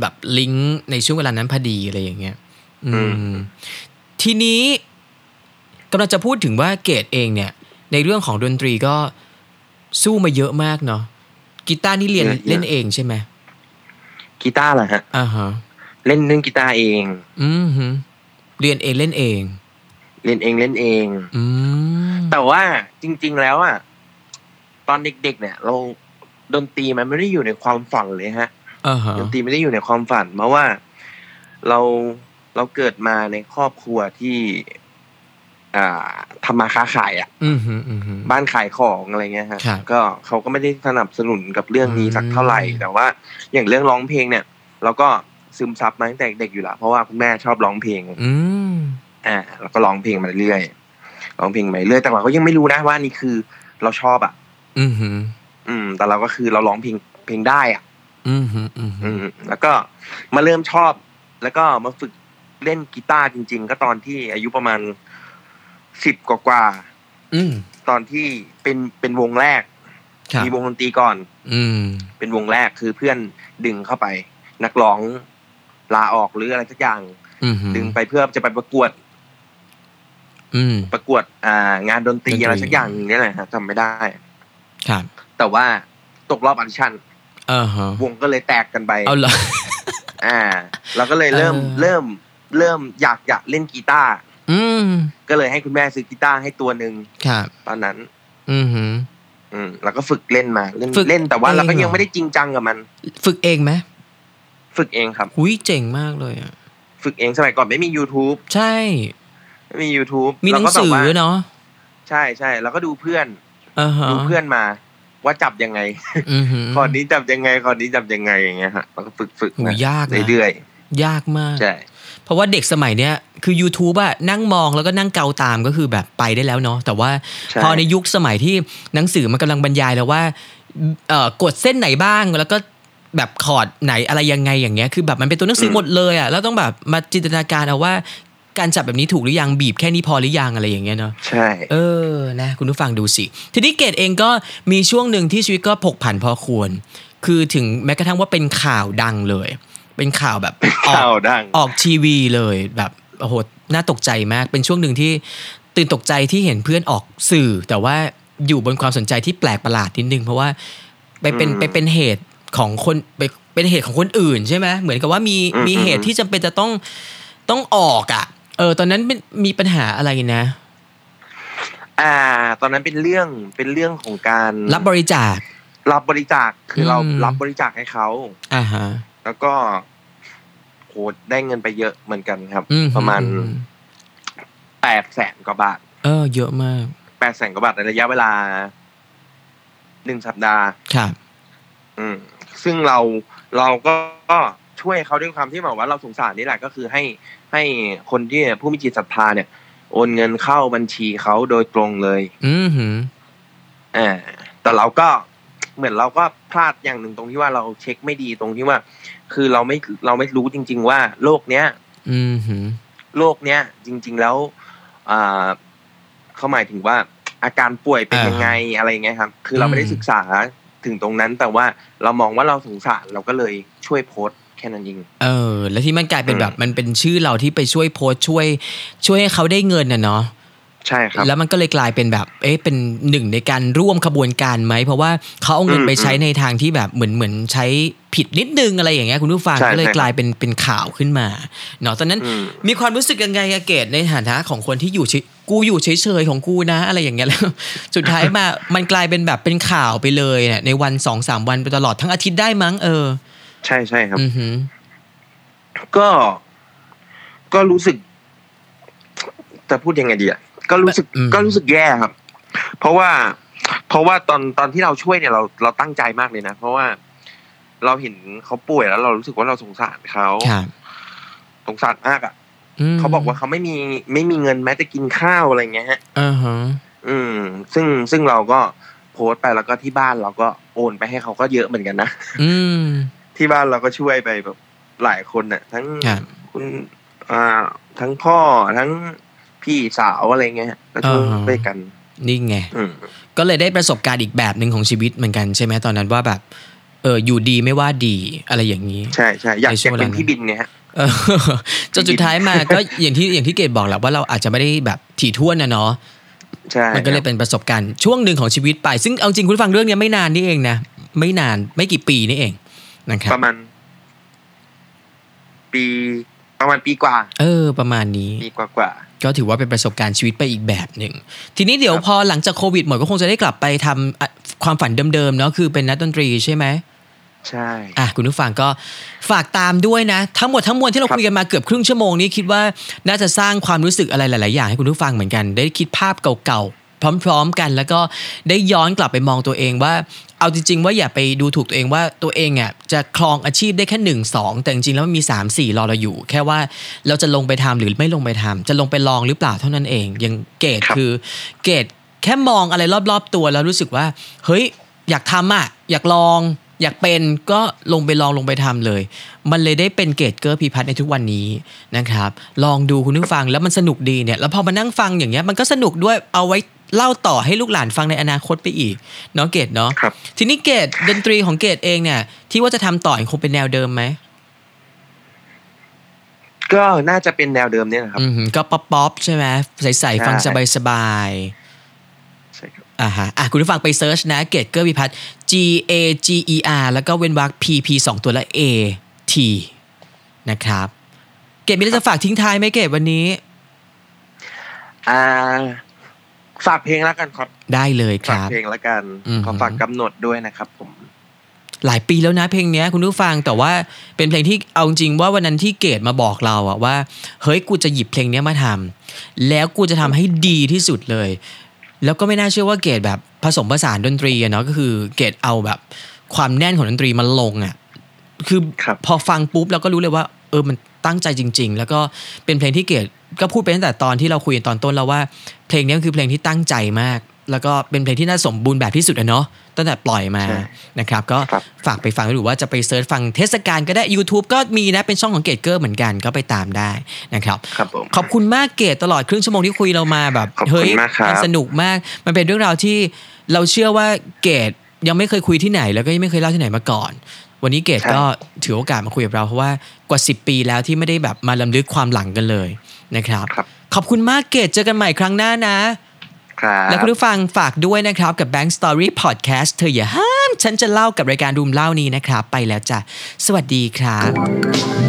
[SPEAKER 2] แบบลิงก์ในช่วงเวลานั้นพอดีอะไรอย่างเงี้ย อื
[SPEAKER 3] อื
[SPEAKER 2] ม ทีนี้กำลังจะพูดถึงว่าเกดเองเนี่ย ในเรื่องของดนตรีก็สู้มาเยอะมากเนาะกีตาร์นี่เรียน
[SPEAKER 3] เยอะๆ
[SPEAKER 2] เล่นเองใช่ไหม
[SPEAKER 3] กีตาร์เหรอฮะ
[SPEAKER 2] อ่าฮะ
[SPEAKER 3] เล่นเล่นกีตาร์เอง
[SPEAKER 2] อืมฮึเรียนเองเล่นเอง
[SPEAKER 3] เล่นเองเล่นเอง
[SPEAKER 2] อืม
[SPEAKER 3] แต่ว่าจริง ๆ แล้วอ่ะตอนเด็ก ๆ เนี่ย เราดนตรีมันไม่ได้อยู่ในความฝันเลยฮะ
[SPEAKER 2] อ่าฮะ
[SPEAKER 3] ดนตรีไม่ได้อยู่ในความฝัน เพราะว่าเราเราเกิดมาในครอบครัวที่ อ่าทำมาค้าขายอ่ะ
[SPEAKER 2] อืมฮึอืมฮึ
[SPEAKER 3] บ้านขายของอะไรเงี้ยฮะ
[SPEAKER 2] ครับ
[SPEAKER 3] ก็เขาก็ไม่ได้สนับสนุนกับเรื่องนี้สักเท่าไหร่
[SPEAKER 2] อืม
[SPEAKER 3] แต่ว่า อย่างเรื่องร้องเพลงเนี่ย เราก็ซึมซับมาตั้งแต่เด็กอยู่ละเพราะว่าคุณแม่ชอบร้องเพลง
[SPEAKER 2] อืม
[SPEAKER 3] อ่าเราก็ร้องเพลงมาเรื่อยร้องเพลงมาเรื่อยแต่เราก็ยังไม่รู้นะว่านี่คือเราชอบอ่ะ
[SPEAKER 2] อืมฮึ
[SPEAKER 3] อืม แต่เราก็คือเราร้องเพลงเพลงได้อ่ะ
[SPEAKER 2] อืมฮึอืมฮึ
[SPEAKER 3] อืม แล้วก็มาเริ่มชอบ แล้วก็มาฝึกเล่นกีตาร์จริง ๆ ก็ตอนที่อายุประมาณสิบกว่า
[SPEAKER 2] อืม
[SPEAKER 3] ๆตอนที่เป็นเป็นวงแรก
[SPEAKER 2] ครับ
[SPEAKER 3] มีวงดนตรีก่อน
[SPEAKER 2] อืม
[SPEAKER 3] เป็นวงแรกคือเพื่อนดึงเข้าไป นักร้องลาออกหรืออะไรสักอย่าง
[SPEAKER 2] อืมฮึ
[SPEAKER 3] ดึงไปเพื่อจะไปประกวด
[SPEAKER 2] อืม
[SPEAKER 3] ประกวดอ่างานดนตรี
[SPEAKER 2] ดนตรี
[SPEAKER 3] อะไรสักอย่างนี่แหละฮะจำไม่ได้
[SPEAKER 2] ครับ
[SPEAKER 3] แต่ว่าตกรอบออดิชั่น
[SPEAKER 2] อ่าฮะ
[SPEAKER 3] วงก็เลยแตกกันไป
[SPEAKER 2] เอาเหรอ
[SPEAKER 3] อ่าเราก็เลยเริ่ม
[SPEAKER 2] เออ
[SPEAKER 3] เริ่มเริ่มอยากอยากเล่นกีตาร์
[SPEAKER 2] อืม
[SPEAKER 3] ก็เลยให้คุณแม่ซื้อกีตาร์ให้ตัวหนึ่ง
[SPEAKER 2] ครับ
[SPEAKER 3] ตอนนั้น
[SPEAKER 2] อืมฮึ
[SPEAKER 3] อืมเราก็ฝึกเล่นมาเล่น
[SPEAKER 2] ฝึก
[SPEAKER 3] เล่นแต่ว่า
[SPEAKER 2] เอง
[SPEAKER 3] เราก็
[SPEAKER 2] เหรอ
[SPEAKER 3] ยังไม่ได้จริงจังกับมัน
[SPEAKER 2] ฝึกเองไหม
[SPEAKER 3] ฝึกเองครับ
[SPEAKER 2] หุยเจ๋งมากเลยอ่ะ
[SPEAKER 3] ฝึกเองสมัยก่อนไม่มี YouTube
[SPEAKER 2] ใช่
[SPEAKER 3] ไม่มี YouTube
[SPEAKER 2] มีหนังสือ
[SPEAKER 3] เราก็แบบว่า
[SPEAKER 2] เนาะ
[SPEAKER 3] ใช่ใช่เราก็ดูเพื่อน
[SPEAKER 2] อ่าฮะ
[SPEAKER 3] ดูเพื่อนมา ว่าจับยังไง
[SPEAKER 2] อืมฮึ
[SPEAKER 3] ข้อนี้จับยังไงข้อนี้จับยังไงอย่างเงี้ยฮะเราก็ฝึกฝึก
[SPEAKER 2] หู
[SPEAKER 3] มาย
[SPEAKER 2] ากนะ
[SPEAKER 3] เรื่อย
[SPEAKER 2] ยากมาก
[SPEAKER 3] ๆใช่
[SPEAKER 2] เพราะว่าเด็กสมัยเนี้ยคือ YouTube อะนั่งมองแล้วก็นั่งเกาตามก็คือแบบไปได้แล้วเนาะแต่ว่า
[SPEAKER 3] ช่
[SPEAKER 2] พอในยุคสมัยที่หนังสือมันกำลังบรรยายแล้วว่าเอ่อกดเส้นไหนบ้างแล้วก็แบบคอร์ดไหนอะไรยังไงอย่างเงี้ยคือแบบมันเป็นตัวหนังสือ
[SPEAKER 3] ม
[SPEAKER 2] หมดเลยอะแล้วต้องแบบมาจินตนาการเอาว่าการจับแบบนี้ถูกหรือยังบีบแค่นี้พอหรือยังอะไรอย่างเงี้ยเนาะ
[SPEAKER 3] ใช่
[SPEAKER 2] เออ นะ คุณผู้ฟังดูสิ ทีนี้เกดเองก็มีช่วงหนึ่งที่ชีวิตก็ผกผันพอควร คือถึงแม้กระทั่งว่าเป็นข่าวดังเลย เป็นข่าวแบบ <coughs> ออ
[SPEAKER 3] ข่าว
[SPEAKER 2] ก
[SPEAKER 3] ดัง
[SPEAKER 2] ออกทีวีเลยแบบโอ้โหน่าตกใจมาก เป็นช่วงหนึ่งที่ตื่นตกใจที่เห็นเพื่อนออกสื่อ แต่ว่าอยู่บนความสนใจที่แปลกประหลาดนิดนึง เพราะว่าไปเป็น
[SPEAKER 3] อืม
[SPEAKER 2] ไปเป็นเหตุของคนไปเป็นเหตุของคนอื่นใช่ไหมเหมือนกับว่ามี
[SPEAKER 3] อืม
[SPEAKER 2] มีเหตุ
[SPEAKER 3] อืม
[SPEAKER 2] ที่จำเป็นจะต้องต้องออกอ่ะ เออ ตอนนั้นเป็นมีปัญหาอะไรนะ
[SPEAKER 3] อ่า ตอนนั้นเป็นเรื่องเป็นเรื่องของการ
[SPEAKER 2] รับบริจาค
[SPEAKER 3] รับบริจาคคือเรา
[SPEAKER 2] อืม
[SPEAKER 3] รับบริจาคให้เขา
[SPEAKER 2] อ่าฮะ
[SPEAKER 3] แล้วก็โหได้เงินไปเยอะเหมือนกันครับ
[SPEAKER 2] อื
[SPEAKER 3] ประมาณ
[SPEAKER 2] อื
[SPEAKER 3] แปดแสนกว่าบาท
[SPEAKER 2] เออ เยอะมาก
[SPEAKER 3] แปดแสนกว่าบาทในระยะเวลาหนึ่งสัปดาห์
[SPEAKER 2] ครับ
[SPEAKER 3] อืม ซึ่งเราเราก็ก็ช่วยเขาด้วยความที่แบบว่าเราสงสารนี่แหละก็คือให้ให้คนที่ผู้มีจิตศรัทธาเนี่ย โอนเงินเข้าบัญชีเขาโดยตรงเลย
[SPEAKER 2] อือหือ
[SPEAKER 3] อ่าแต่เราก็เหมือนเราก็พลาดอย่างหนึ่งตรงที่ว่าเราเช็คไม่ดีตรงที่ว่า คือเราไม่เราไม่รู้จริง ๆ ว่าโลกเนี้ย
[SPEAKER 2] อือหือ
[SPEAKER 3] โลกเนี้ยจริง ๆ แล้วอ่าเขาหมายถึงว่าอาการป่วยเป็น
[SPEAKER 2] อ่ายั
[SPEAKER 3] ยังไงอะไรอย่างเงี้ยครับ คือเรา
[SPEAKER 2] อืม
[SPEAKER 3] ไม่ได้ศึกษาถึงตรงนั้น แต่ว่าเรามองว่าเราสงสารเราก็เลยช่วยโพสต์แค่นั้นเอง
[SPEAKER 2] เออ แล้วที่มันกลายเป็น
[SPEAKER 3] อืม
[SPEAKER 2] แบบมันเป็นชื่อเราที่ไปช่วยโพสต์ช่วย ช่วยให้เขาได้เงินน่ะเนาะ
[SPEAKER 3] ใช่ครับ
[SPEAKER 2] แล้วมันก็เลยกลายเป็นแบบ เอ๊ะ เป็นหนึ่งในการร่วมขบวนการไหม เพราะว่าเขาเอาเงิน
[SPEAKER 3] อืม
[SPEAKER 2] ไปใช้ในทางที่แบบเหมือนเหมือนใช้ผิดนิดนึงอะไรอย่างเงี้ยคุณผู้ฟัง
[SPEAKER 3] ใช่
[SPEAKER 2] ก็เลย
[SPEAKER 3] ใช่ครับ
[SPEAKER 2] กลายเป็นเป็นข่าวขึ้นมา เนาะ ตอนนั้น
[SPEAKER 3] อืม
[SPEAKER 2] มีความรู้สึกยังไงอะเกตในฐานะของคนที่อยู่เฉยกูอยู่เฉยๆของกูนะ อะไรอย่างเงี้ยแล้ว <laughs> สุดท้ายมา มันกลายเป็นแบบเป็นข่าวไปเลยเนี่ยในวันสองสามวันไปตลอดทั้งอาทิตย์ได้มั้งเออ
[SPEAKER 3] ใช่ใช่ครับ
[SPEAKER 2] อือหือ
[SPEAKER 3] ก็ก็รู้สึก จะพูดยังไงดีอะก็รู้สึก
[SPEAKER 2] อืม
[SPEAKER 3] ก็รู้สึกแย่ครับ เพราะว่า เพราะว่าตอนตอนที่เราช่วยเนี่ยเราเราตั้งใจมากเลยนะ เพราะว่าเราเห็นเขาป่วยแล้ว เรารู้สึกว่าเราสงสารเขา
[SPEAKER 2] ครับ
[SPEAKER 3] สงสารมากอ่ะ
[SPEAKER 2] ม
[SPEAKER 3] เขาบอกว่าเขาไม่มีไม่มีเงินแม้จะกินข้าวอะไรเงี้ยฮะ
[SPEAKER 2] อ่าฮะ
[SPEAKER 3] อืม ซึ่งซึ่งเราก็โพสต์ไปแล้วก็ที่บ้านเราก็โอนไปให้เขาก็เยอะเหมือนกันนะ <laughs>
[SPEAKER 2] อืม
[SPEAKER 3] ที่บ้านเราก็ช่วยไปแบบหลายคนน่ะ ทั้ง
[SPEAKER 2] ครับ
[SPEAKER 3] คุณอ่า ทั้งพ่อทั้งพี่สาวอะไรเงี้ยฮะก็ช่วย
[SPEAKER 2] อ่าฮะ
[SPEAKER 3] ด้วยกัน
[SPEAKER 2] นี่ไง
[SPEAKER 3] อืม
[SPEAKER 2] ก็เลยได้ประสบการณ์อีกแบบหนึ่งของชีวิตเหมือนกันใช่ไหมตอนนั้นว่าแบบ เอออยู่ดีไม่ว่าดีอะไรอย่าง
[SPEAKER 3] <laughs>
[SPEAKER 2] นี้
[SPEAKER 3] ใช่ใช่อยาก
[SPEAKER 2] ในช่วง
[SPEAKER 3] จะ
[SPEAKER 2] เวลานั้
[SPEAKER 3] เป็น นพี่บินเนี่ยฮะ
[SPEAKER 2] เออ
[SPEAKER 3] <laughs>
[SPEAKER 2] จนสุดท้ายมาก็อย่างที่อย่างที่เกดบอกแหละว่าเราอาจจะไม่ได้แบบถี่ถ้วนนะเนาะ
[SPEAKER 3] ใช่
[SPEAKER 2] มันก็เลยเป็นประสบการณ์ช่วงหนึ่งของชีวิตไป ซึ่งเอาจริงคุณผู้ฟังเรื่องเนี้ยไม่นานนี่เองนะ ไม่นานไม่กี่ปีนี่เองนะครั
[SPEAKER 3] ป
[SPEAKER 2] บ
[SPEAKER 3] ระมาณ ปีประมาณปีกว่า
[SPEAKER 2] เออ ประมาณนี้
[SPEAKER 3] ปีกว่ากว่า
[SPEAKER 2] ก็ถือว่าเป็นประสบการณ์ชีวิตไปอีกแบบหนึ่ง ทีนี้เดี๋ยว
[SPEAKER 3] ครับ
[SPEAKER 2] พอหลังจากโควิดหมดก็คงจะได้กลับไปทำอ่ะความฝันเดิมๆเนาะคือเป็นนักดนตรีใช่ไหม
[SPEAKER 3] ใช่
[SPEAKER 2] อ่ะคุณผู้ฟังก็ฝากตามด้วยนะ ทั้งหมดทั้งมวลที่เรา
[SPEAKER 3] ครับ
[SPEAKER 2] คุยกันมาเกือบครึ่งชั่วโมงนี้คิดว่าน่าจะสร้างความรู้สึกอะไรหลาย ๆ อย่างให้คุณผู้ฟังเหมือนกัน ได้คิดภาพเก่าๆ พร้อม ๆ กัน แล้วก็ได้ย้อนกลับไปมองตัวเองว่า เอาจริง ๆ ว่าอย่าไปดูถูกตัวเองว่าตัวเองอ่ะจะคลองอาชีพได้แค่หนึ่งสองแต่จริง ๆ แล้วมันมีสามสี่รอเราอยู่ แค่ว่าเราจะลงไปทำหรือไม่ลงไปทำจะลงไปลองหรือเปล่าเท่านั้นเองอยังเกรด
[SPEAKER 3] ครับ
[SPEAKER 2] คือเกรด แค่มองอะไรรอบๆตัวแล้วรู้สึกว่า เฮ้ย อยากทำอ่ะ อยากลอง อยากเป็นก็ลงไปลองลงไปทำเลย มันเลยได้เป็นเกตเกอร์พีพัฒน์ในทุกวันนี้นะครับ ลองดูคุณผู้ฟังแล้วมันสนุกดีเนี่ย แล้วพอมานั่งฟังอย่างเงี้ยมันก็สนุกด้วยเอาไว้เล่าต่อให้ลูกหลานฟังในอนาคตไปอีกเนาะเกตเนาะ
[SPEAKER 3] ครับ
[SPEAKER 2] ทีนี้เกตดนตรีของเกตเองเนี่ย ที่ว่าจะทำต่อคงเป็นแนวเดิมไหม
[SPEAKER 3] ก็น่าจะเป็นแนวเดิมเนี่ยนะครับ
[SPEAKER 2] อือหือก็ป๊อปป๊อปใช่ไหมใสๆฟัง
[SPEAKER 3] ใช่
[SPEAKER 2] สบายๆ
[SPEAKER 3] ใช่ครับ
[SPEAKER 2] อ่าฮะอ่ะคุณผู้ฟังไปเซิร์ชนะเกตเกอร์พิพัฒน์ G A G E R แล้วก็เว้นวรรค P P สองตัวและ A T นะครับ เกตมีอะไรจะฝากทิ้งท้ายไหมเกตวันนี้
[SPEAKER 3] อ่า ฝากเพลงแล้วกันครับ
[SPEAKER 2] ได้เลยค
[SPEAKER 3] ฝาก
[SPEAKER 2] รับ
[SPEAKER 3] เพลงแล้วกัน
[SPEAKER 2] อืม
[SPEAKER 3] ขอฝากกำหนดด้วยนะครับผม
[SPEAKER 2] หลายปีแล้วนะเพลงเนี้ยคุณผู้ฟังแต่ว่าเป็นเพลงที่เอาจริงว่าวันนั้นที่เกดมาบอกเราอะว่า เฮ้ยกูจะหยิบเพลงเนี้ยมาทำแล้วกูจะทำให้ดีที่สุดเลย แล้วก็ไม่น่าเชื่อว่าเกดแบบผสมผสานดนตรีอะเนาะก็คือเกดเอาแบบ ความแน่นของดนตรีมันลงอะคือ
[SPEAKER 3] ครับ
[SPEAKER 2] พอฟังปุ๊บเราก็รู้เลยว่า เออมันตั้งใจจริง ๆ แล้วก็เป็นเพลงที่เกดก็พูดไปตั้งแต่ตอนที่เราคุยกันตอนต้นแล้วว่า เพลงเนี้ยคือเพลงที่ตั้งใจมาก แล้วก็เป็นเพลงที่น่าสมบูรณ์แบบที่สุดอะเนาะตั้งแต่ปล่อยมา
[SPEAKER 3] ใช่
[SPEAKER 2] นะครับก็
[SPEAKER 3] ครับ
[SPEAKER 2] ฝากไปฟังหรือว่าจะไปเซิร์ชฟังเทศกาลก็ได้ YouTube ก็มีนะเป็นช่องของเกดเกอร์เหมือนกันก็ไปตามได้นะครับ
[SPEAKER 3] ครับผม
[SPEAKER 2] ขอบคุณมากเกดตลอดครึ่งชั่วโมงที่คุยเรามาแบบ
[SPEAKER 3] ขอบคุณ
[SPEAKER 2] เฮ้ย
[SPEAKER 3] มากครับ
[SPEAKER 2] มันสนุกมาก มันเป็นเรื่องราวที่เราเชื่อว่าเกดยังไม่เคยคุยที่ไหน แล้วก็ยังไม่เคยเล่าที่ไหนมาก่อน วันนี้เกดก็ถือโอกาสมาคุยกับเราเพราะว่ากว่า 10 ปีแล้วที่ไม่ได้แบบมาลำลึกความหลังกันเลยนะครับ
[SPEAKER 3] ครับ
[SPEAKER 2] ขอบคุณมากเกดเจอกันใหม่ครั้งหน้านะ
[SPEAKER 3] ครับ
[SPEAKER 2] และคุณผู้ฟังฝากด้วยนะครับ กับ Bank Story Podcast เธออย่าห้าม ฉันจะเล่ากับรายการรูมเล่านี้นะครับ ไปแล้วจ้ะ สวัสดีครับ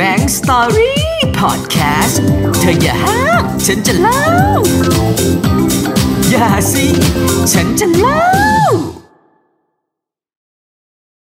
[SPEAKER 1] Bank Story Podcast เธออย่าห้ามฉันจะเล่า อย่าสิ ฉันจะเล่า